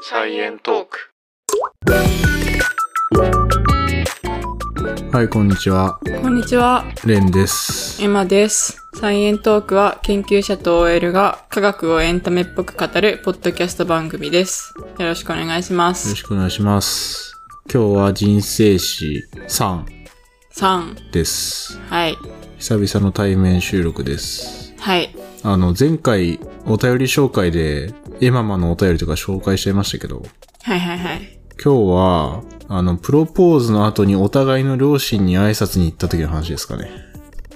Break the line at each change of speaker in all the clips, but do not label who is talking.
菜園トーク。
はい、こんにちは。
こんにちは、
レンです。
エマです。サイエントークは研究者と OL が科学をエンタメっぽく語るポッドキャスト番組です。よろしくお願いしま
よろ
す
し。くお願いします。今日は人生史3
3、
です。
はい、
久々の対面収録です。
はい、
あの、前回お便り紹介で、エママのお便りとか紹介しちゃいましたけど、
はいはいはい。
今日は、あの、プロポーズの後にお互いの両親に挨拶に行った時の話ですかね。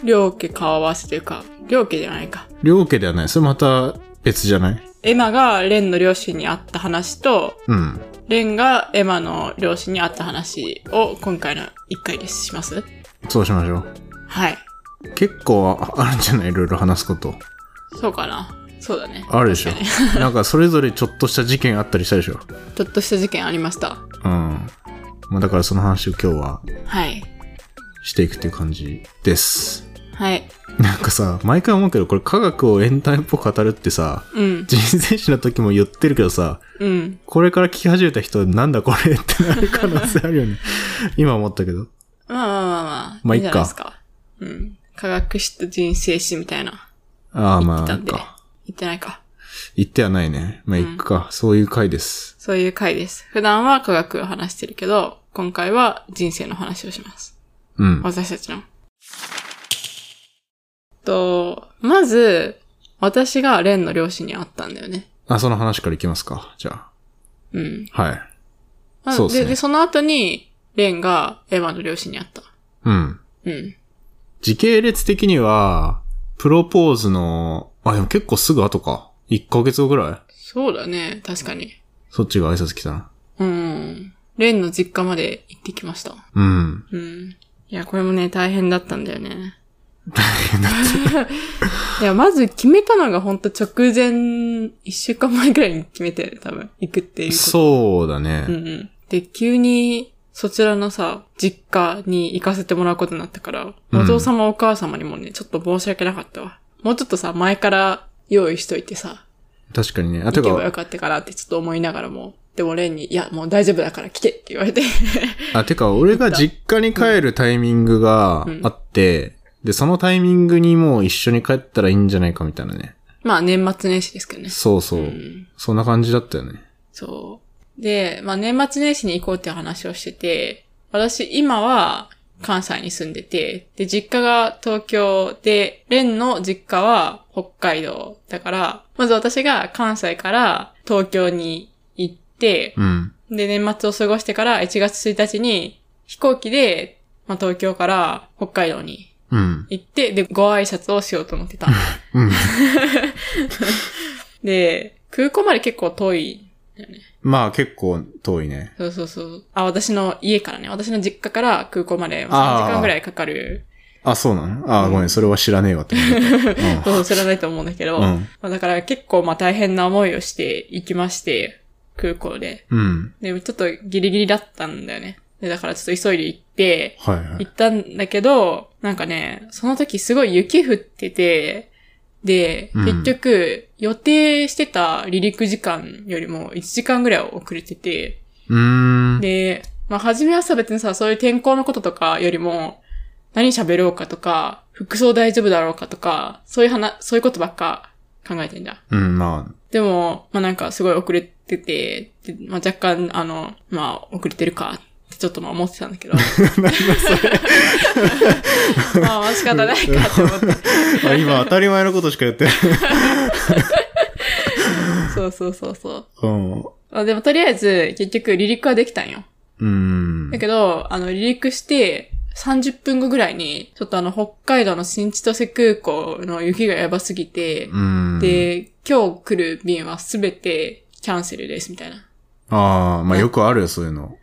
両家顔合わせというか、両家じゃないか。
両家ではない。それまた別じゃない
エマがレンの両親に会った話と、
うん。
レンがエマの両親に会った話を今回の1回です。します
そうしましょう。
はい。
結構ああるんじゃないいろいろ話すこと。
そうかな。そうだね。
あるでしょ
確かに。
なんかそれぞれちょっとした事件あったりしたでしょ。
ちょっとした事件ありました。
うん。まあだからその話を今日は
はい。
していくっていう感じです。
はい。
なんかさ、毎回思うけどこれ科学をエンタメっぽく語るってさ、
うん。
人生史の時も言ってるけどさ、
うん。
これから聞き始めた人なんだこれってなる可能性あるよ ね。今思ったけど。
まあまあまあまあ。
まあいっか
いいんじゃないですか。うん。科学史と人生史みたいな。
ああまあ、
言っ
な
てた
ん
んで
か。。
言ってないか。
言ってはないね。まあ行くか。そういう回です。
そういう回です。普段は科学を話してるけど、今回は人生の話をします。
うん。
私たちの。と、まず、私がレンの両親に会ったんだよね。
あ、その話からいきますか。じゃ
うん。
あ。はい。
まあ
そうですね
で、その後に、レンがエマの両親に会った。
うん。
うん。
時系列的には、プロポーズの、あ、でも結構すぐ後か。1ヶ月後ぐらい
そうだね。確かに。
そっちが挨拶来たな。
うん。レンの実家まで行ってきました。
うん。
うん。いや、これもね、大変だったんだよね。 いや、まず決めたのがほんと直前、一週間前くらいに決めて、多分、行くっていうこと。
そうだね。
うんうん。で、急に、そちらのさ、実家に行かせてもらうことになったから、
うん
お父様お母様にもね、ちょっと申し訳なかったわ。もうちょっとさ、前から用意しといてさ、
確かにね。あ、て
行けばよ
か、
かったからってちょっと思いながらも、でもレンに、いや、もう大丈夫だから来てって言われて。
あ、てか、俺が実家に帰るタイミングが
うん
あって、で、そのタイミングにもう一緒に帰ったらいいんじゃないかみたいなね。
まあ、年末年始ですけどね。
そうそう。
うん
そんな感じだったよね。
そう。で、まあ、年末年始に行こうっていう話をしてて、私今は関西に住んでて、で、実家が東京で、レンの実家は北海道だから、まず私が関西から東京に行って、
うん。
で、年末を過ごしてから1月1日に飛行機で、まあ、東京から北海道に
うん。
行って、で、ご挨拶をしようと思ってた。
うん。
で、空港まで結構遠い
まあ、結構遠いね。
そうそうそう。あ、私の家からね、私の実家から空港まで3時
あー
間ぐらいかかる。
あ、そうなのあ、
うん
ごめん、それは知らねえわって思っ
そう、知らないと思うんだけど。
た。う
ま
ん。
あ、だから結構まあ大変な思いをして行きまして、空港で。
うん。うん。
で、ちょっとギリギリだったんだよね。で、だからちょっと急いで行って、
はいはい
行。ったんだけど、なんかね、その時すごい雪降ってて、で、
うん
結局、予定してた離陸時間よりも1時間ぐらい遅れてて、
うーん。
で、まあ、初めはさ、別にさ、そういう天候のこととかよりも、何喋ろうかとか、服装大丈夫だろうかとか、そういう話、そういうことばっか考えてんだ。
うん、ま
でも、まあ、なんかすごい遅れてて、でまあ、若干、あの、まあ、遅れてるか、ってちょっとまあ思ってたん だけど。まあ、まあ仕方ないかって思って。
あ。あ今、当たり前のことしかやってない。
そうそうそうそう。
うん。う
まあ、でもとりあえず、結局離陸はできたんよ。
ーん
だ。けど、あの、離陸して、30分後ぐらいに、ちょっとあの、北海道の新千歳空港の雪がやばすぎて
う、ーん。、
で、今日来る便はすべてキャンセルです、みたいな。
ああ、まあよくあるよ、そういうの。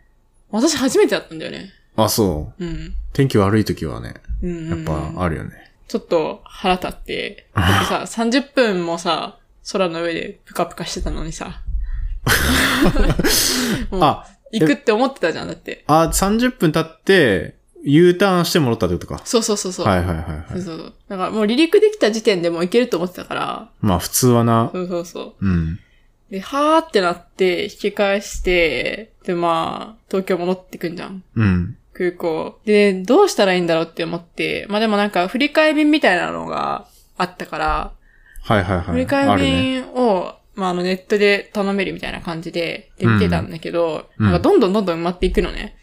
私初めてだったんだよね。
あ、そう。
うん。
天気悪い時はね、
うん、
やっぱあるよね。
ちょっと腹立って。だってさ、30 分もさ、空の上でぷかぷかしてたの にさ。もう
あ、
行くって思ってたじゃん、だって。
あ、30分経って、U ターンして戻ったってことか。
そうそうそうそう。
はいはいはい
そ
は
う
い。
そうそう。だからもう離陸できた時点でもう行けると思ってたから、
まあ普通はな、
そうそうそう。
うん。
で、はーってなって、引き返して、で、まあ、東京戻ってくんじゃん。
うん。
空港。で、どうしたらいいんだろうって思って、まあでもなんか、振り替え便みたいなのがあったから、
はいはいはい。
振り替
あ
え
るね。
便を、まあ、あの、ネットで頼めるみたいな感じで、で、
うん
見てたんだけど、
うん
なんか、どんどんどんどん埋まっていく のね。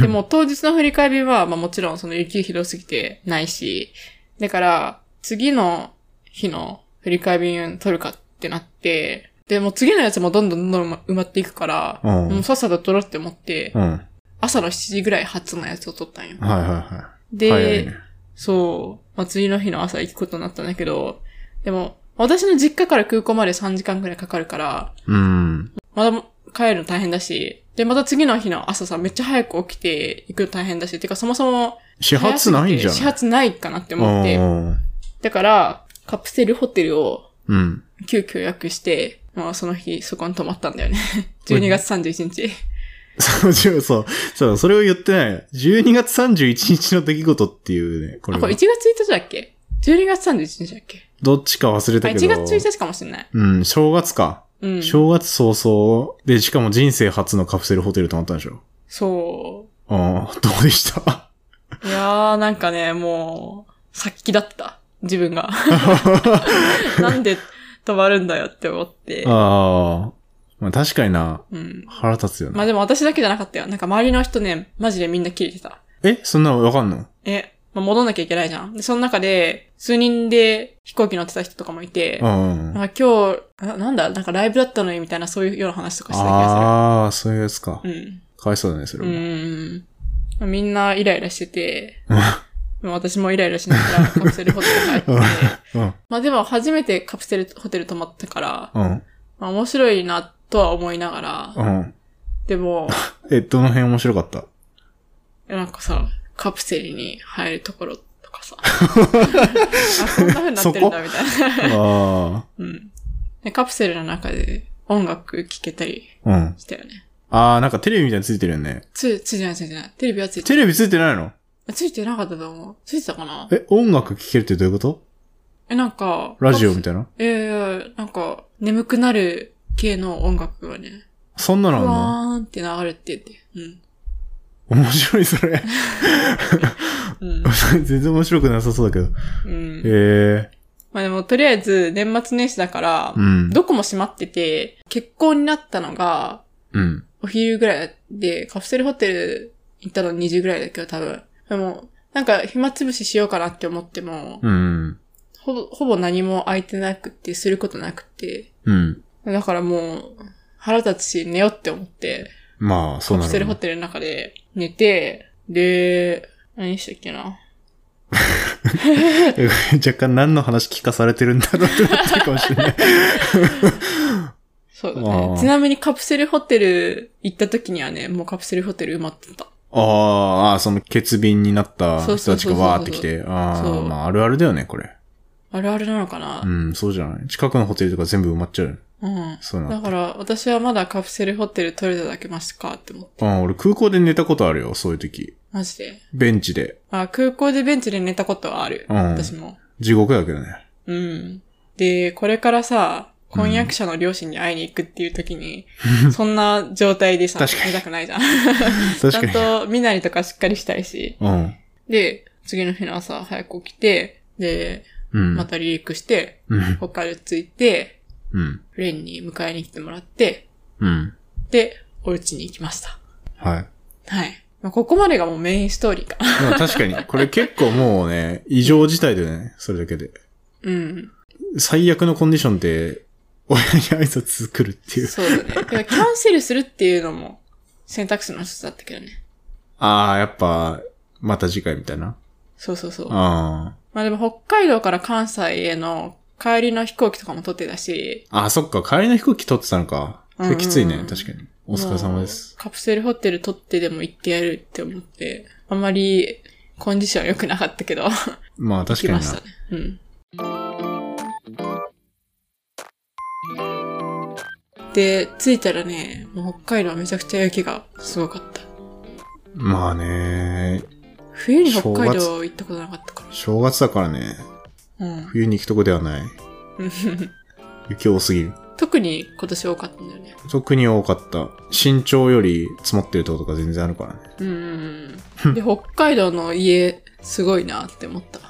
でも、当日の振り替え便は、まあ、もちろん、その、雪ひどすぎてないし、だから、次の日の振り替え便取るかってなって、で、もう次のやつもどんどんどんどん埋まっていくから、
うん
もうさっさと取ろうって思って、
うん。はい
朝の7時ぐらい発のやつを取ったんよ。
はいは
で、
い。早いね。
そう、まあ、次の日の朝行くことになったんだけど、でも、私の実家から空港まで3時間くらいかかるから、
うん。
まだ帰るの大変だし、で、また次の日の朝さ、めっちゃ早く起きて行くの大変だし、てかそもそも、
始発ないんじゃない
始発ないかなって思って、だから、カプセルホテルを
うん。うん。
急遽予約して、まあその日そこに泊まったんだ よね。12月31日。
そう、そう、そう、それを言ってない。12月31日の出来事っていうね、これは。
あ、これ1月1日だっけ ?12 月31日だっけ
どっちか忘れ
あ、
た
1
けど。
月1日かもしれない。
うん、正月か。
うん。
正月早々。で、しかも人生初のカプセルホテル泊まったんでしょ。
そう。
ああ、どうでした
いやー、なんかね、もう、殺気だった。自分 が。なんで止まるんだよって思って。
ああ。まあ確かにな、
うん。
腹立つよ
まあ
な。
でも私だけじゃなかったよ。なんか周りの人ね、マジでみんな切れてた。
え、そんなのわかんの
え、まあ、戻んなきゃいけないじゃん。で、その中で、数人で飛行機乗ってた人とかもいて、
うん。
なんか今日な、なんだ、なんかライブだったのにみたいなそういうような話とかしてた気が
ああ、そういうやつか
す。る。
かわいそうだね、それ
うん。う
も。
ん。まあみんなイライラしてて、まあ私もイライラしながらカプセルホテル帰って、
うん。
まあでも初めてカプセルホテル泊まったから、
うん。
まあ面白いなとは思いながら、
うん。
でも、
え、どの辺面白か った
なんかさ、カプセルに入るところと かさ、あ、こんな風になってるんだみたいな。
あ
うんで。カプセルの中で音楽聴けたり
あ。うん。
したよね。
ああ、なんかテレビみたいについてるよね。
つ、ついてないついてない。テレビはついて
テ
ない。
レビついてないの
ついてなかったと思う。ついてたかな
え、音楽聴けるってどういうこと
え、なんか、
ラジオみ
た
た
い
いな
な。いやいやいや、なんか、眠くなる系の音楽がね、
そんな
ふ
のあんの
わーんって流れてて、うん。
面白い、それ。
うん。
全然面白くなさそうだけど。
うん。
ええ
まあでも、とりあえず、年末年始だから、
うん。
どこも閉まってて、結婚になったのが、
うん。
お昼ぐらいで、カプセルホテル行ったの2時ぐらいだけど、多分。でも、なんか、暇つぶししようかなって思っても、
うん。
ほぼ、ほぼ何も空いてなくて、することなくて。
うん。
だからもう、腹立つし、寝ようって思って、
まあ、そう
カプ
な
セル
る
ホ
わ。
テルの中で寝て、で、何したっけな。
若干何の話聞かされてるんだろうってなってるかもしれ ない。
そうだ
あ
ね
ー。
ちなみにカプセルホテル行った時にはね、もうカプセルホテル埋まってた。
あーあー、その欠便になった人たちがわーってきて。
そう
あ
そ
あ、
う
まあ、あるあるだよね、これ。
あるあるなのかな
う、ん、そうじゃない。近くのホテルとか全部埋まっちゃう。
うん。
そうな
だ
んだ。
から、私はまだカプセルホテル取れただけますかって思って。
あー俺空港で寝たことあるよ、そういう時。
マジで。
ベンチで。
あ、空港でベンチで寝たことはある。
うん
私も。
地獄だけどね。
うん。で、これからさ、婚約者の両親に会いに行くっていう時に、そんな状態でさ、
確かに
寝たくないじゃん。
確
ちゃ
か
ん
に。
と身なりとかしっかりしたいし。
うん。
で、次の日の朝早く起きて、で、
うん。
また離陸して、
うん。
北海道着いて、
うん。
フレンに迎えに来てもらって、
うん。
で、お家に行きました。
はい。
はい。まあ、ここまでがもうメインストーリーか。
でも確かに、 これ結構もうね、異常事態だよね、それだけで。
うん。
最悪のコンディションで、親に挨拶来るっていう。
そうだね。だからキャンセルするっていうのも選択肢の一つだったけどね。
ああ、やっぱ、また次回みたいな。
そうそうそう。
あ
まあでも北海道から関西への帰りの飛行機とかも取ってたし。
あ。あ、そっか、帰りの飛行機取ってたのか。それきついね、
うん
確かに。お疲れ様です
も。うカプセルホテル取ってでも行ってやるって思って、あんまりコンディション良くなかったけど、
まあ確
来
かに
ま
な。
したね。うん。で、着いたらね、もう北海道はめちゃくちゃ雪がすごかった。
まあね、
冬に北海道行ったことなかったか
正月だからね、
ら。うん。
冬に行くとこではない。雪多すぎる。
特に今年多かったんだよね。
特に多かった。身長より積もってるってことが全然あるからね。
うんうんうん。で、北海道の家、すごいなって思った。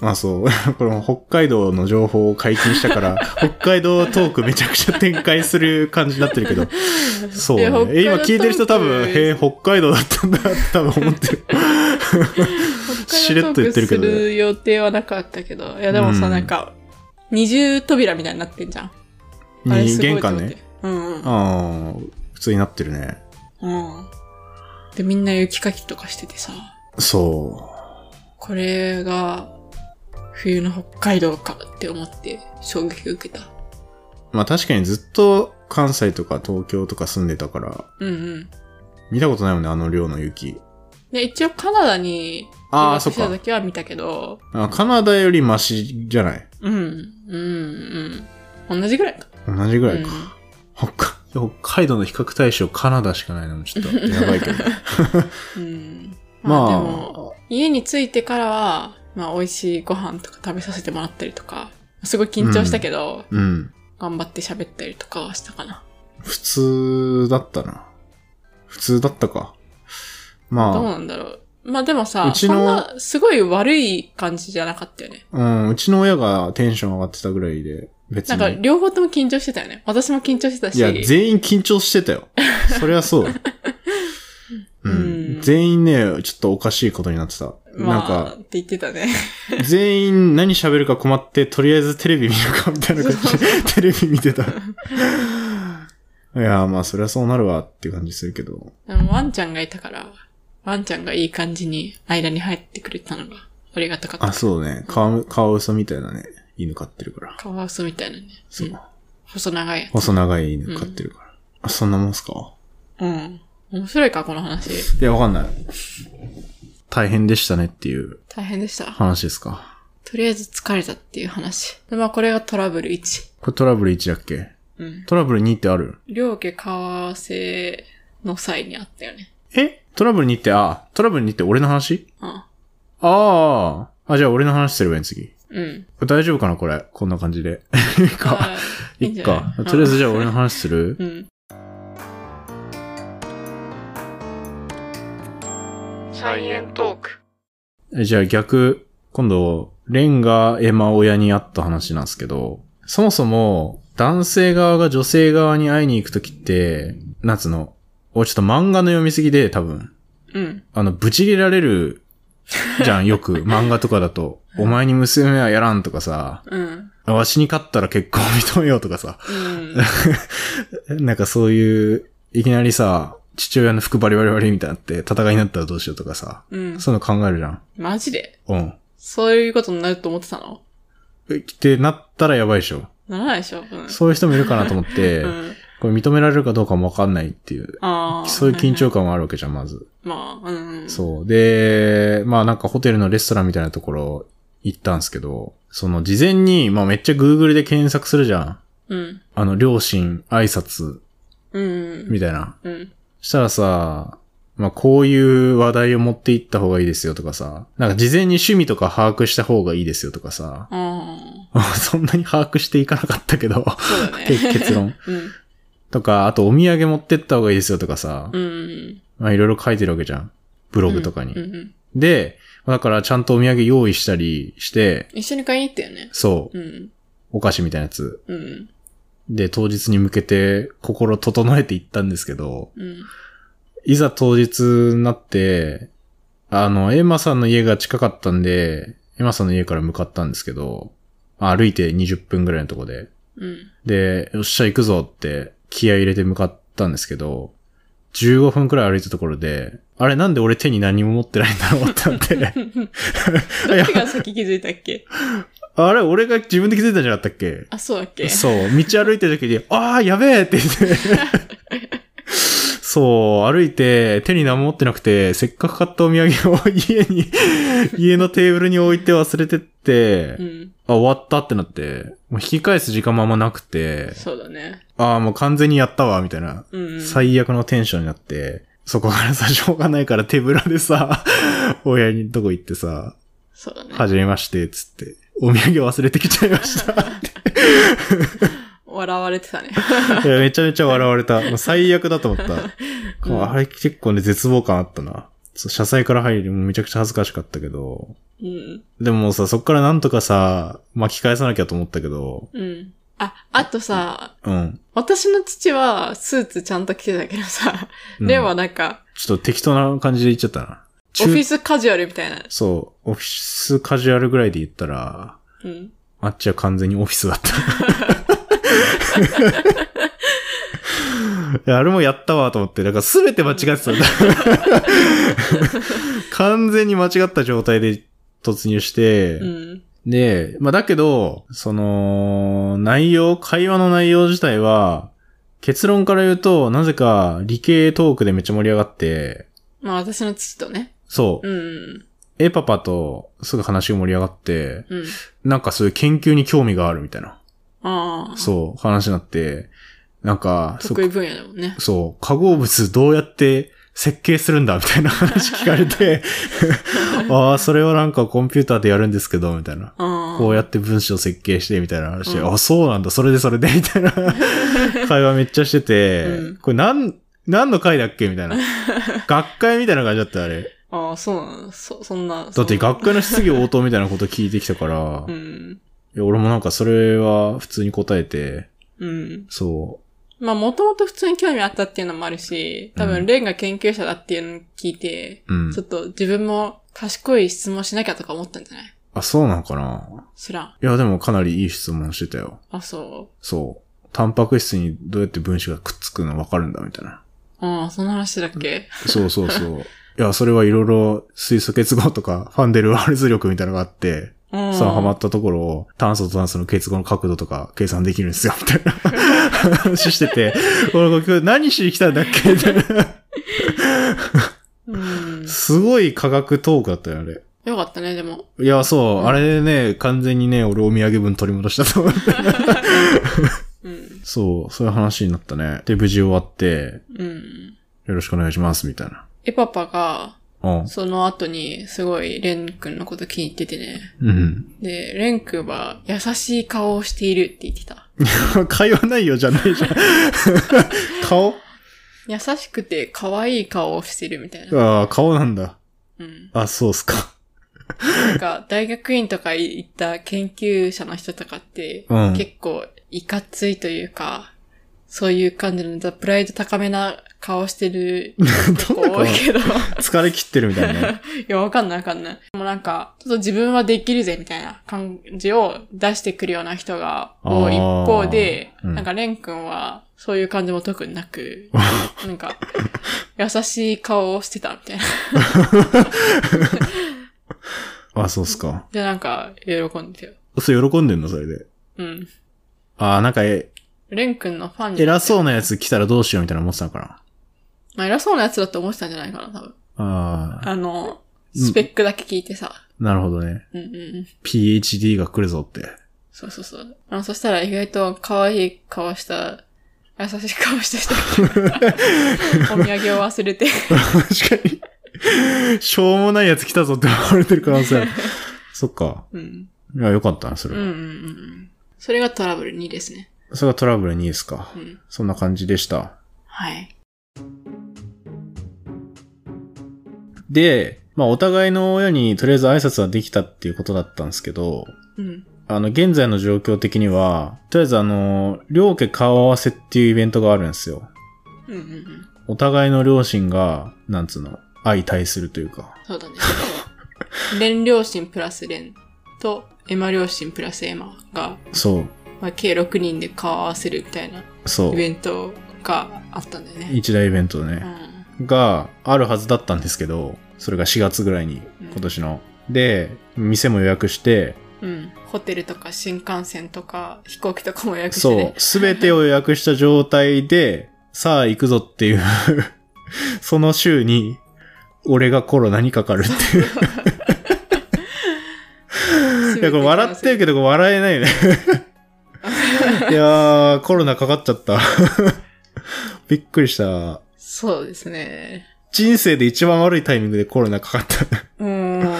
あ、そう。 これも北海道の情報を解禁した から、北海道トークめちゃくちゃ展開する感じになってるけど。そう
い
ね
や北。海道
え今聞いてる人多分、
トーク
へえ、北海道だったんだって多分思 ってる。しれっと言ってるけどね
北海道トークする予定はなかったけど。いや、でもさ、
うん
なんか、二重扉みたいになってんじゃん。あれ
に
すごい
玄
と思
関
って
ね。。
うんうん。
ああ、普通になってるね。
うん。で、みんな雪かきとかしててさ、
そ
これが冬の北海道かって思って衝撃を受けた。
う。まあ確かにずっと関西とか東京とか住んでたから、
うんうん。
見たことないもんね、あの量の雪。
で、一応カナダに
ああ、そ
留学
っ
した
か。
時は見たけど、
あカナダよりマシじゃない。
うん、うん、うん。同じぐらいか。
同じぐらいか。
うん
北海北海道の比較対象カナダしかないのもちょっと やばいけど。
うん。ま
ま
あ、
あ
でも、家に着いてからは、まあ、美味しいご飯とか食べさせてもらったりとか、すごい緊張したけど、
うん。
頑張って喋ったりとかはしたかな。
普通だったな。普通だったか。
どう
ま
なんだろう。まあでもさ、
うち
そ
の
んな、すごい悪い感じじゃなかったよね。
あ、うん、うちの親がテンション上がってたぐらいで、別
なんか、
に。
両方とも緊張してたよね。私も緊張してたし。
いや、全員緊張してた よ。そりゃそうだ。う
うん
ん、全員ね、ちょっとおかしいことになってた。
ま
なん
あ、
か
っ、て言ってたね。
全員何喋るか困って、とりあえずテレビ見るかみたいな感じで、テレビ見てた。いや、まあ、そりゃそうなるわっていう感じするけど。
でもワンちゃんがいたから、ワンちゃんがいい感じに間に入ってくれたのが、ありがたかった。
あ、そうね。カワカワウソみたいなね、犬飼ってるから。
カワウソみたいなね。。
そううん
細長いや
細長い犬飼ってるから。あ、そんなもんすか
つ。うん。面白いか、この話。
いや、わかんない。大変でしたねっていう
大変でした。
話ですか。
とりあえず疲れたっていう話。でまあ、これがトラブル1。
これトラブル1だっけ
うん。
トラブル2ってある
両家顔合わせの際にあったよね。
えトラブル2って、あ、トラブル2って俺の話
うん。
ああ。あ、じゃあ俺の話すればいいの次。
うん。
これ大丈夫かなこれ。こんな感じで。いいか。
あー
い
んじ
っ
ゃな
か。とりあえずじゃあ俺の話す
う
る
ん。サイエントーク。
えじゃあ逆、今度、レンがエマ親に会った話なんですけど、そもそも、男性側が女性側に会いに行くときって、なんつうの、俺ちょっと漫画の読みすぎで多分、
うん。
あの、ブチ切れられるじゃん、よく。漫画とかだと。お前に娘はやらんとかさ、
うん。
わしに勝ったら結婚認めようとかさ。
うん。
なんかそういう、いきなりさ、父親の服バリバリバリみたいになって、戦いになったらどうしようとかさ、
うん。
そういうの考えるじゃん。
マジで
うん。
そういうことになると思ってたの
えってなったらやばいでしょ。
ならないでしょうん。
そういう人もいるかなと思って、
うん。
これ認められるかどうかもわかんないっていう、
ああ。
そういう緊張感もあるわけじゃん、まず。
まあ、うん。
そう。で、まあなんかホテルのレストランみたいなところ行ったんですけど、その事前に、まあめっちゃ Google で検索するじゃん。
うん。
あの、両親、挨拶、
うん。
みたいな。
うん。
したらさ、まあ、こういう話題を持っていった方がいいですよとかさ、なんか事前に趣味とか把握した方がいいですよとかさ、
あ
そんなに把握していかなかったけ ど、
あ。そうだね。
結結論。
うん。
とか、あとお土産持ってった方がいいですよとかさ、
うん。
まあ、いろいろ書いてるわけじゃん。ブログとかに。
うんうん。
で、まあだからちゃんとお土産用意したりして、
一緒に買いに行ったよね。
そう、
うん。
お菓子みたいなやつ。
うん。
で、当日に向けて心整えていったんですけど、
うん。
いざ当日になって、あの、エマさんの家が近かったんで、エマさんの家から向かったんですけど、まあ歩いて20分ぐらいのとこで。
うん。
で、よっしゃ行くぞって気合い入れて向かったんですけど、15分くらい歩いたところで、あれなんで俺手に何も持ってないんだろうってなって、
どっちが先気づいたっけ
あれ俺が自分で気づいたんじゃなかったっけ
あ、そうだっけ
そう、道歩いてる時に、ああ、やべえって言って。 そう、歩いて、手に何も持ってなくて、せっかく買ったお土産を 家に、家のテーブルに置いて忘れてって、
うん。
あ、終わったってなって、もう引き返す時間もあんまなくて、
そうだね。
ああ、もう完全にやったわ、みたいな、
うんうん。
最悪のテンションになって、そこからさ、しょうがないから手ぶらで さ、親にとこ行ってさ、
そうだね。
はじめまして、つって、お土産忘れてきちゃいました。
お笑われてたね。
いやめちゃめちゃ笑われた。もう最悪だと思った。
うん
あれ結構ね、絶望感あったな。そう車載から入り、もうめちゃくちゃ恥ずかしかったけど。
うん。
でももうさ、そっからなんとかさ、巻き返さなきゃと思ったけど。
うん。あ、あとさ、
うん。
私の父はスーツちゃんと着てたけどさ、
うん
レンはなんか、
ちょっと適当な感じで言っちゃったな。
オフィ
ス
スカジュアルみたいな。
そう、オフィスカジュアルぐらいで言ったら、
うん。
あっちは完全にオフィスだった。いやあれもやったわと思って、だから全て間違ってたんだ。完全に間違った状態で突入して、
うん。
で、まあだけど、その、内容、会話の内容自体は、結論から言うと、なぜか理系トークでめっちゃ盛り上がって、
まあ私の父とね。
そう
う、ん。
えパパとすぐ話が盛り上がって、
うん。
なんかそういう研究に興味があるみたいな、
ああ。
そう、話になって、なんか、そ
得意分野だもんね。
そう、化合物どうやって設計するんだみたいな話聞かれ て、ああ、それはなんかコンピューターでやるんですけど、みたいな。
ああ。
こうやって文章設計して、みたいな話で、
うん
あ、そうなんだ、それでそれで、み たいな会話めっちゃしてて、
うん
これなん、何の会だっけみたいな。学会みたいな感じだったよ、あれ。
ああ、そうなのそ、そんな。
だって
そんな
学会の質疑応答みたいなこと聞いてきたから、
う
い
ん。
や俺もなんかそれは普通に答えて、
うん。
そ
まあ、もともと普通に興味あったっていうのもあるし、多
うん
分、レンが研究者だっていうのを聞いて、
う、うん
ちょ。っと自分も賢い質問しなきゃとか思ったんじゃない
あ、そうなのかな
知らん。
いや、でもかなりいい質問してたよ。
あ、そ
そう。タンパク質にどうやって分子がくっつくの分かるんだみたいな。
う。ああ、そんな話だっけ、
そうそう そう。いや、それはいろいろ水素結合とか、ファンデルワールズ力みたいなのがあって、
うん、
さあハマったところを炭素と炭素の結合の角度とか計算できるんですよ、みたいな 話してて、俺今日何しに来たんだっけみたいな。
うん。
すごい科学トークだったよ、あれ。
よかったね、でも。
いや、そう、あれでね、完全にね、俺お土産分取り戻したと思って。
うん。
そう、そういう話になったね。で、無事終わって、
うん。
よろしくお願いします、みたいな。
エパパが、
うん。
その後に、すごい、レン君のこと気に入っててね。
うん。
で、レン君は、優しい顔をしているって言ってた。
会話内容じゃないじゃん。 顔
優しくて、可愛い顔をしてるみたいな。
ああ、顔なんだ。
うん。
あ、そうっすか。
なんか、大学院とか行った研究者の人とかって、
うん
結構、いかついというか、そういう感じの、プライド高めな顔して る人結構多いけど、い
疲れ切ってるみたい なね。
や、わかんないわかんない。もうなんか、ちょっと自分はできるぜみたいな感じを出してくるような人が多い一
あー
方で、
うん
なんか、レン君は、そういう感じも特にな く、なんか、優しい顔をしてたみたいな。
あ、そうっすか。
で、なんか、喜んでたよ。
それ喜んでんのそれで。
うん。
ああ、なんか、え
レン君のファンにな
偉
って
そうなやつ来たらどうしようみたいな思ってたのか
まあ、偉そうなやつだと思ってたんじゃないかな、多分。
な。ああ、
あの、
うん
スペックだけ聞いてさ。
なるほどね。
うんうんうん。
PhD が来るぞって。
そうそうそう。あのそしたら意外と可愛い顔した、優しい顔した人。お土産を忘れて。
確かに。しょうもないやつ来たぞって思われてる可能 性ある。そっか。
うん。
いや、よかったな、そ
うん
れ
うんう
は。
んうん。それがトラブル2ですね。
それがトラブル2ですか
う。ん。
そんな感じでした。
はい。
で、まあお互いの親にとりあえず挨拶はできたっていうことだったんですけど、
うん。
あの、現在の状況的には、とりあえずあの、両家顔合わせっていうイベントがあるんですよ。
うんうんうん。
お互いの両親が、なんつうの、相対するというか。
そうだね。レン両親プラスレンと、エマ両親プラスエマが、
そ
まあ、計6人で顔を合わせるみたいな
う。そ
イ
う。
ベントがあったんだよね。
一大イベント
う
ね。
ん。
があるはずだったんですけど、それが4月ぐらいに、
うん
今年の。で、店も予約して、
うん。ホテルとか新幹線とか飛行機とかも予約して
そう
ね。。
すべてを予約した状態で、さあ行くぞっていう、 その週に、俺がコロナにかかるっていう。
そう
いや、これ笑ってるけど、これ笑えないね。いやー、コロナかかっちゃった。 びっくりした。
そうですね。
人生で一番悪いタイミングでコロナかかった。
うーん。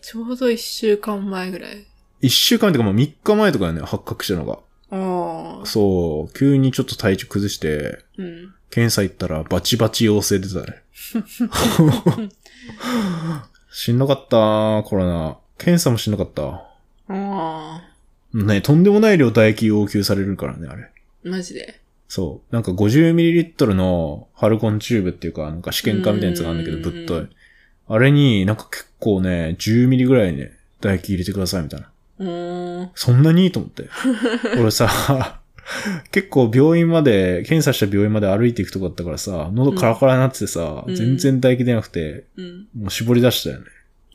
ちょうど一週間前ぐらい。
一週間とかもう3日前とかだね、発覚したのが。
ああ。
そう、急にちょっと体調崩して、
うん。
検査行ったらバチバチ陽性出たね。 しんどかった、コロナ。検査もしんどかった。
ああ。
ね、とんでもない量唾液要求されるからね、あれ。
マジで。
そう。なんか 50ml のハルコンチューブっていうか、なんか試験管みたいなやつがあるんだけ
うん
ど、ぶっとい。あれになんか結構ね、10ml ぐらいね、唾液入れてくださいみたいな。
うーん。
そんなにいいと思 って。俺さ、結構病院まで、検査した病院まで歩いていくとこだったからさ、喉カラカラになっててさ、
うん
全然唾液出なくて、
うん。
もう絞り出したよね。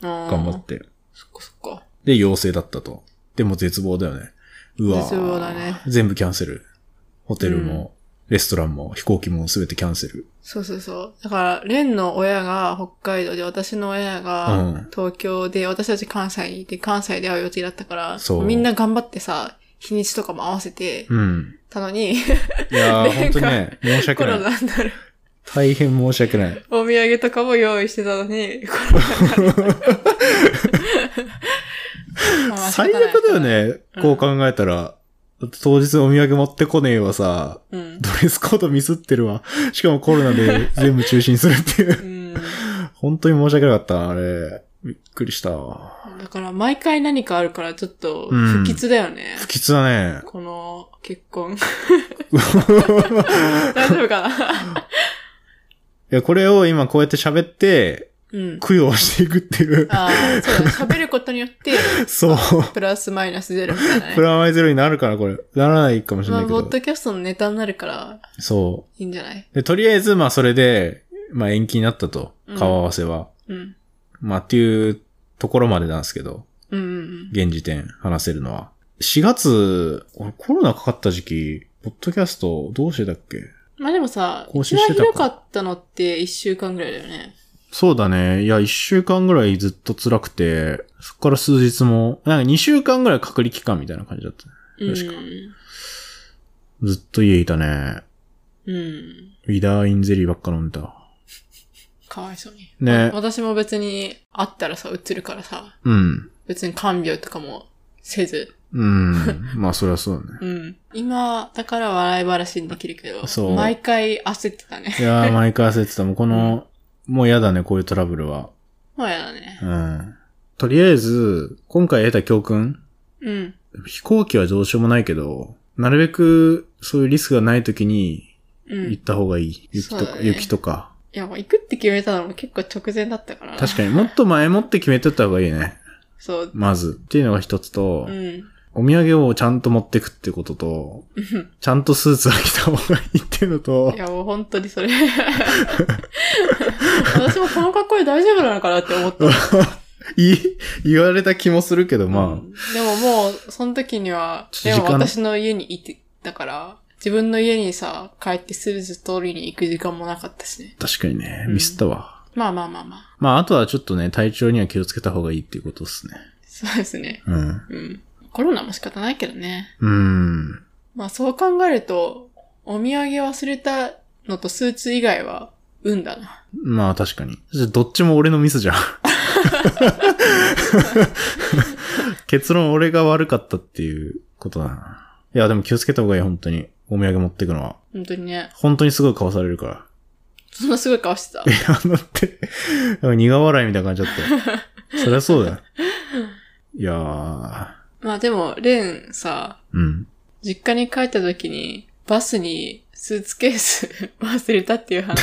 ああ。
頑張って。
そっかそっか。
で、陽性だったと。でも絶望だよね。うわぁ
絶望だね
全部キャンセル。ホテルも、レストランも、飛行機も全てキャンセル。
そうそうそう。だから、レンの親が北海道で、私の親
う
が
ん
東京で、私たち関西にいて、関西で会う予定だったから、
そう
みんな頑張ってさ、日にちとかも合わせて
うん。
たのに、
いやー、
なんか
ほんとね、申し訳
コロ
ない。
ナにな る。
大変申し訳ない。
お土産とかも用意してたのに、コロナに なるまあ
最悪だよ。ね、
うん
こう考えたら。だって当日お土産持ってこねえわさ、
仕方ない
ドレスコードミスってるわ。しかもコロナで全部中止にするっていう。
うん。
本当に申し訳なかった、あれ。びっくりしたわ。
うん。だから、毎回何かあるから、ちょっと、
うん
不吉だよね。
不吉だ ね。
この、結婚。 大丈夫か ない
や、これを今こうやって喋って、
うん。
供養していくっていう。
ああ、そうだ、喋ることによって、
そう。
プラスマイナスゼロみたいな ね。
プラマイゼロになるから、これ。ならないかもしれ
ま
な
あ、
いけ
ポ
ど
ッ。ドキャストのネタになるから、
そ。
いいんじゃないう
で、とりあえず、まあ、それで、まあ、延期になったと
う。ん
顔合わせは。
うん。
まあ、っていうところまでなんですけど。
うんうん
現時点、話せるのは。4月、俺コロナかかった時期、ポッドキャストどうしてたっけ
うん。まあでもさ、
更
一
新し
番
て
ひ
たか
どかったのって一週間ぐらいだよね。
そうだね。いや、1週間ぐらいずっと辛くて、そっから数日も、なんか2週間ぐらい隔離期間みたいな感じだった。
うん。
確かずっと家いたね。
うん。
ウィダーインゼリーばっか飲んだ。
かわいそうに。
ね
私も別に、会ったらさ、映るからさ、
うん。
別に看病とかもせず。
うん。まあ、そりゃそうだね。
うん。今、だから笑い話にできるけど、
そう
毎回焦ってたね。
いやー、毎回焦ってた。もうこの、もうやだね、こういうトラブルは。
もうやだね。
うん。とりあえず、今回得た教訓
うん。
飛行機はどうしようもないけど、なるべくそういうリスクがない時に
うん。
行
い
った方がいい。雪
そう
と
だ
か、
ね
雪とか。
や、もう行くって決めたのも結構直前だったから。
確かにもっと前もって決めてった方がいいね。
そう。
まず。っていうのが一つと、
うん。
お土産をちゃんと持ってくってことと、
うん
ちゃんとスーツは着た方がいいっていうのと
い、や、もう本当にそれ。私もこの格好で大丈夫なのかなって思った。
いい言われた気もするけど、
う
ま
んでももう、その時には、
ちょっ
で
と
も
時間
私の家にいて、だから、自分の家にさ、帰ってすぐ取りに行く時間もなかったしね。
あ、確かにね、
うん
ミスったわ。
まあまあまあまあ。
まあ、あとはちょっとね、体調には気をつけた方がいいっていうことですね。
そうですね。
うん。
うん。コロナも仕方ないけどね。
うん。
まあそう考えると、お土産忘れたのとスーツ以外は、運だな。
まあ確かに。どっちも俺のミスじゃん。結論俺が悪かったっていうことだな。いやでも気をつけた方がいい、本当に。お土産持ってくのは。
本当にね。
本当にすごい顔されるから。
そんなすごい 顔してた。
いや、だって、なんか苦笑いみたいな感じだったよ。そりゃそうだよ。いやー。
まあでも、レンさ、
うん。
実家に帰った時に、バスにスーツケース 忘れたっていう話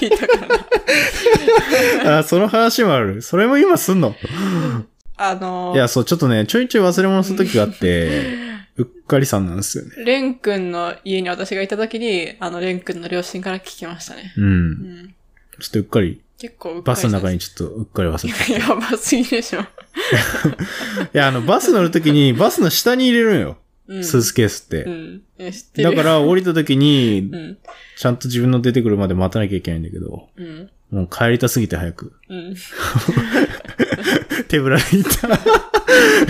聞いたからな。
あ、その話もある。それも今すんの
あの
いや、そう、ちょっとね、ちょいちょい忘れ物する時があって、うっかりさんなんですよね。
レン君の家に私がいた時に、あの、レン君の両親から聞きましたね。
う。
うんん。
ちょっとうっかり
結構うっか
バ
り
スの中
に。
にちょっとうっかり忘れてた。い
やばすぎでしょ。
や、あの、バス乗るときに、 バスの下に入れるのよ。
うん。
スーツケースって。
うん。いや知って
だ
る。。
からら、降りたときに
う、ん。
ちゃんと自分の出てくるまで待たなきゃいけないんだけど、
うん。
もう帰りたすぎて早 く。
うん。
手ぶらで行った。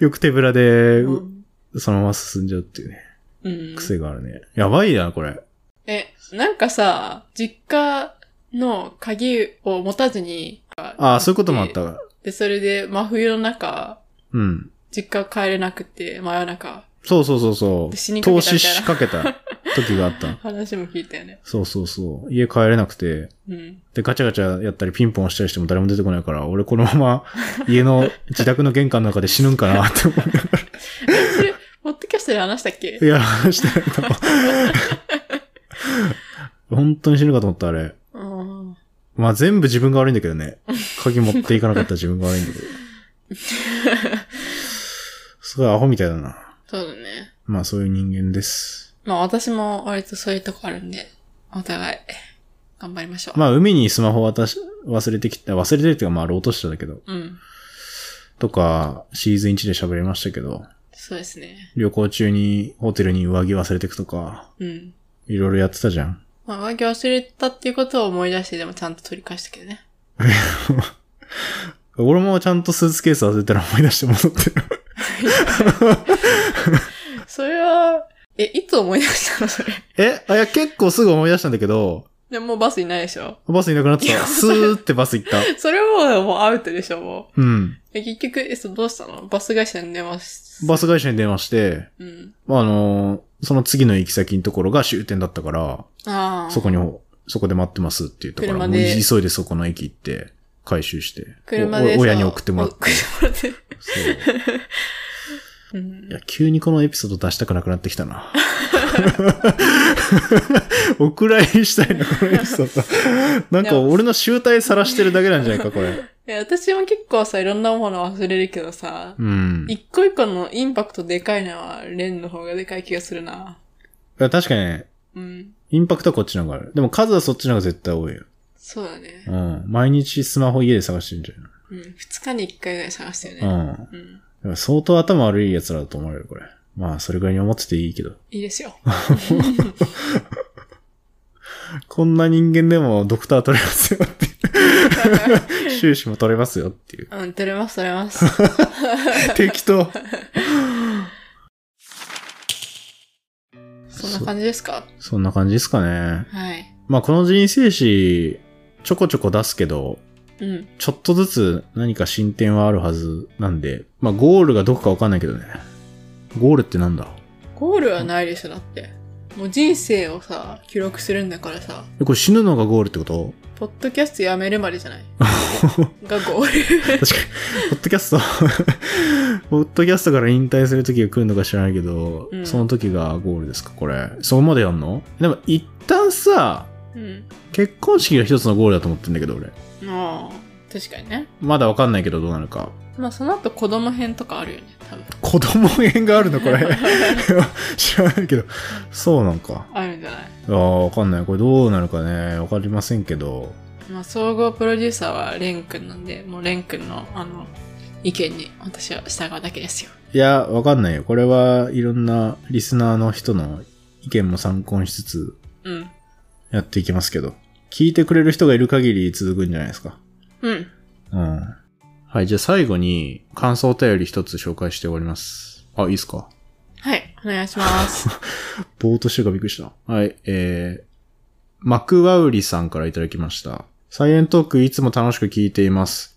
よく手ぶらで、そのまま進んじゃうっていうね。
うん。
癖があるね。やばいな、これ。
え、なんかさ、実家の鍵を持たずに、
ああ、そういうこともあったわ。
で、それで真冬の中、
うん。
実家帰れなくて、真夜中、
そうそうそうそ
で死に
う。
かけた
投
みたい
資
な
しかけた時があ った。
話も聞いたよね。
そうそうそう。家帰れなくて。
うん。
で、ガチャガチャやったりピンポンしたりしても誰も出てこないから、俺このまま家の自宅の玄関の中で死ぬんかなって思いなが
ポッドキャストで話したっけ
ら。いや、話してないと思う 本当に死ぬかと思った、あれ。
あー
まあ全部自分が悪いんだけどね。鍵持っていかなかった自分が悪いんだけど。すごいアホみたいだな。
そうだね。
まあそういう人間です。
まあ私も割とそういうとこあるんで、お互い、頑張りましょう。
まあ海にスマホ渡し、忘れてきた、忘れてるっていうかまああれ落としたんだけど。
うん。
とか、シーズン1で喋りましたけど、
そうですね。
旅行中にホテルに上着忘れてくとか、
うん。
いろいろやってたじゃん。
まあ上着忘れたっていうことを思い出してでもちゃんと取り返したけどね。
俺もちゃんとスーツケース忘れたら思い出して戻ってる。
それは、え、いつ思い出したのそれ。
えあ、いや、結構すぐ思い出したんだけど、
でももうバスいないでしょ
バスいなくなってた。スーってバス 行った。
それはもうもうアウトでしょも
うん
う。。え、結局、え、そうどうしたのバス会社に電話し、
バス会社に電話して、
うん。
まあ、あのーその次の行き先のところが終点だったから、
ああ。
そこに、そこで待ってますっていうところ
車
もう
で
急いでそこの駅行って、回収して、
車
お
で
お
さ
親に送ってもらって。
送ってもらって
そう
うん
い。や、急にこのエピソード出したくなくなってきたな。お蔵入りしたいな、このエピソード。なんか俺の集大さらしてるだけなんじゃないか、これ。
いや、私も結構さ、いろんなもの忘れるけどさ、
うん。い
一個一個のインパクトでかいのは、レンの方がでかい気がするな。
や確かにね、
うん。
インパクトはこっちの方がある。でも数はそっちの方が絶対多いよ。
そうだね
う。ん。毎日スマホ家で探してるんじ
うん。二日に一回ぐらい探してる
ゃ
ね。
ないうん。
うん。
でも相当頭悪い奴らだと思われる、これ。まあ、それぐらいに思ってていいけど。
いいですよ。
こんな人間でもドクター取れますよっていう。修士も取れますよっていう。
うん、取れます、取れます。
適当。
そんな感じですか
そんな感じですかね。
はい。
まあこの人生史、ちょこちょこ出すけど、
うん。
ちょっとずつ何か進展はあるはずなんで、まあゴールがどこかわかんないけどね。ゴールってなんだ
ゴールはないでしょ、だって。もう人生をさ、記録するんだからさ、
えこれ死ぬのがゴールってこと
ポッドキャストやめるまでじゃ ないがゴー
確かに、ポ
ル。
ッドキャスト、 ポッドキャストから引退する時が来るのか知らないけど、
うん
その時がゴールですか、これ。そこまでやんのでも、一旦さ、
うん。
結婚式が一つのゴールだと思ってんだけど、俺。
ああ、確かにね。
まだわかんないけど、どうなるか。
まあ、その後子供編とかあるよね、多分。
子供編があるの、これ。 知らないけど。そうなんか。
あるんじゃない
いやーわかんない。これどうなるかね、わかりませんけど。
まあ、総合プロデューサーはレン君なんで、もうレン君の、あの、意見に私は従うだけですよ。
いや、わかんないよ。これはいろんなリスナーの人の意見も参考にしつつ、
うん。
やっていきますけど。聞いてくれる人がいる限り続くんじゃないですか。
うん。
うん。はい、じゃあ最後に感想お便り一つ紹介して終わります。あ、いいですか。
はい、お願いします
ぼーっとしてるからびっくりした。はい、えー、マクワウリさんからいただきました。サイエントークいつも楽しく聞いています。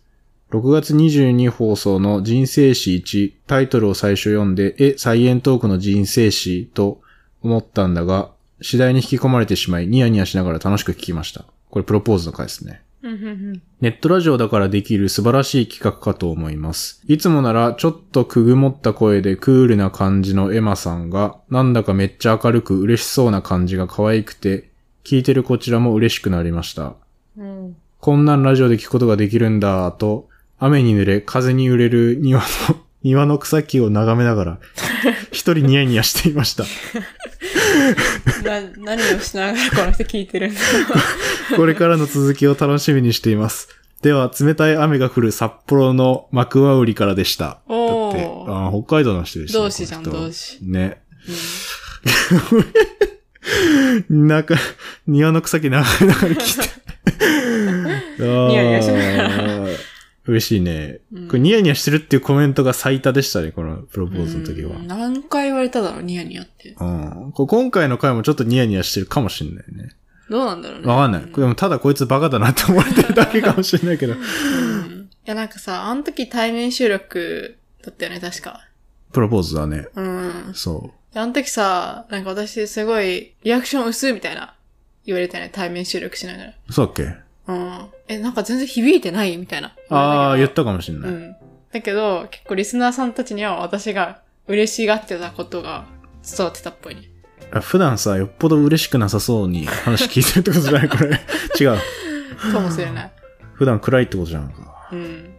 6月22放送の人生史1、タイトルを最初読んで、え、サイエントークの人生史と思ったんだが、次第に引き込まれてしまい、ニヤニヤしながら楽しく聞きました。これプロポーズの回ですね。
うん、うん、うん。
ネットラジオだからできる素晴らしい企画かと思います。いつもならちょっとくぐもった声でクールな感じのエマさんが、なんだかめっちゃ明るく嬉しそうな感じが可愛くて、聞いてるこちらも嬉しくなりました。
うん。
こんなんラジオで聞くことができるんだと、雨に濡れ、風に揺れる庭の、 庭の草木を眺めながら、一人ニヤニヤしていました。
な、何をしながらこの人聞いてるんだ
これからの続きを楽しみにしています。では、冷たい雨が降る札幌の幕は売りからでした。
おー
だってあー北海道の人でしたね、
同志じゃん
この人
同志
ね。なんか、 庭の草木流れながら聞い て。
ニヤニヤしなが
あー嬉しいね。
うん
これニヤニヤしてるっていうコメントが最多でしたね、このプロポーズの時は
う。ん何回言われただろう、ニヤニヤって。
うん、これ今回の回もちょっとニヤニヤしてるかもしんないね。
どうなんだろうね。
わかんない。これでもただこいつバカだなって思われてるだけかもしれないけど。
うんいや、なんかさ、あの時対面収録だったよね、確か。
プロポーズだね。
うん。
そ
であの時さ、なんか私すごいリアクション薄いみたいな言われたよね。対面収録しながら。
う。そうだっけ
うん。え、なんか全然響いてないみたいな。
ああ、言
言わ
っ
れ
たかもしん
た
な
け
い。
どうん。だけど、結構リスナーさんたちには私が嬉しがってたことが伝わってたっぽいね。
あ普段さ、よっぽど嬉しくなさそうに話聞いてるってことじゃないこれ。違う。
かもしれない。
普段暗いってことじゃんか。
うん。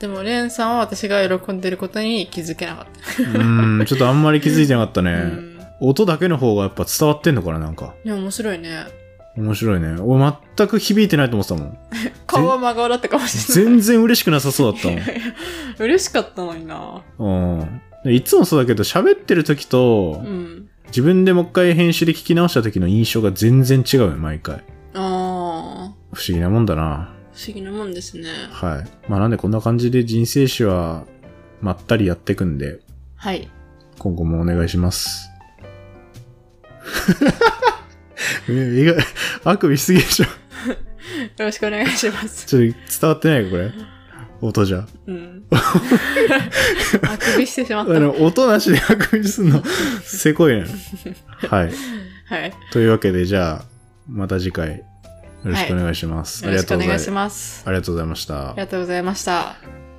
でも、レンさんは私が喜んでることに気づけなかった。
うーん、ちょっとあんまり気づいてなかったね。
うん。
音だけの方がやっぱ伝わってんのかななんか。
いや、面白いね。
面白いね。俺全く響いてないと思ってたも ん。
顔は真顔だったかもしれない。
全然嬉しくなさそうだった
嬉しかったのにな。
も ん。うん。でいつもそうだけど、喋ってる時と
う、ん。
自分でもう一回編集で聞き直した時の印象が全然違うよ、毎回。
あー。
不思議なもんだな。
不思議なもんですね。
はい。まあなんでこんな感じで人生史は、まったりやってくんで、
はい。
今後もお願いします。 え意外あくびしすぎでしょ。
よろしくお願いします。
ちょっと伝わってないか、これ。音じゃ。
うん。 あくびしてしま
あ
った。は
の、音なしであくびすんの、せこいね。はい。
い。
というわけで、じゃあ、また次回、よろしくお願いします。
よ
あ
ろ
り
し
が
く
と
お
うござい
願
ま
い
す
し。ます。
ありがとうございました
あり。がとうございました。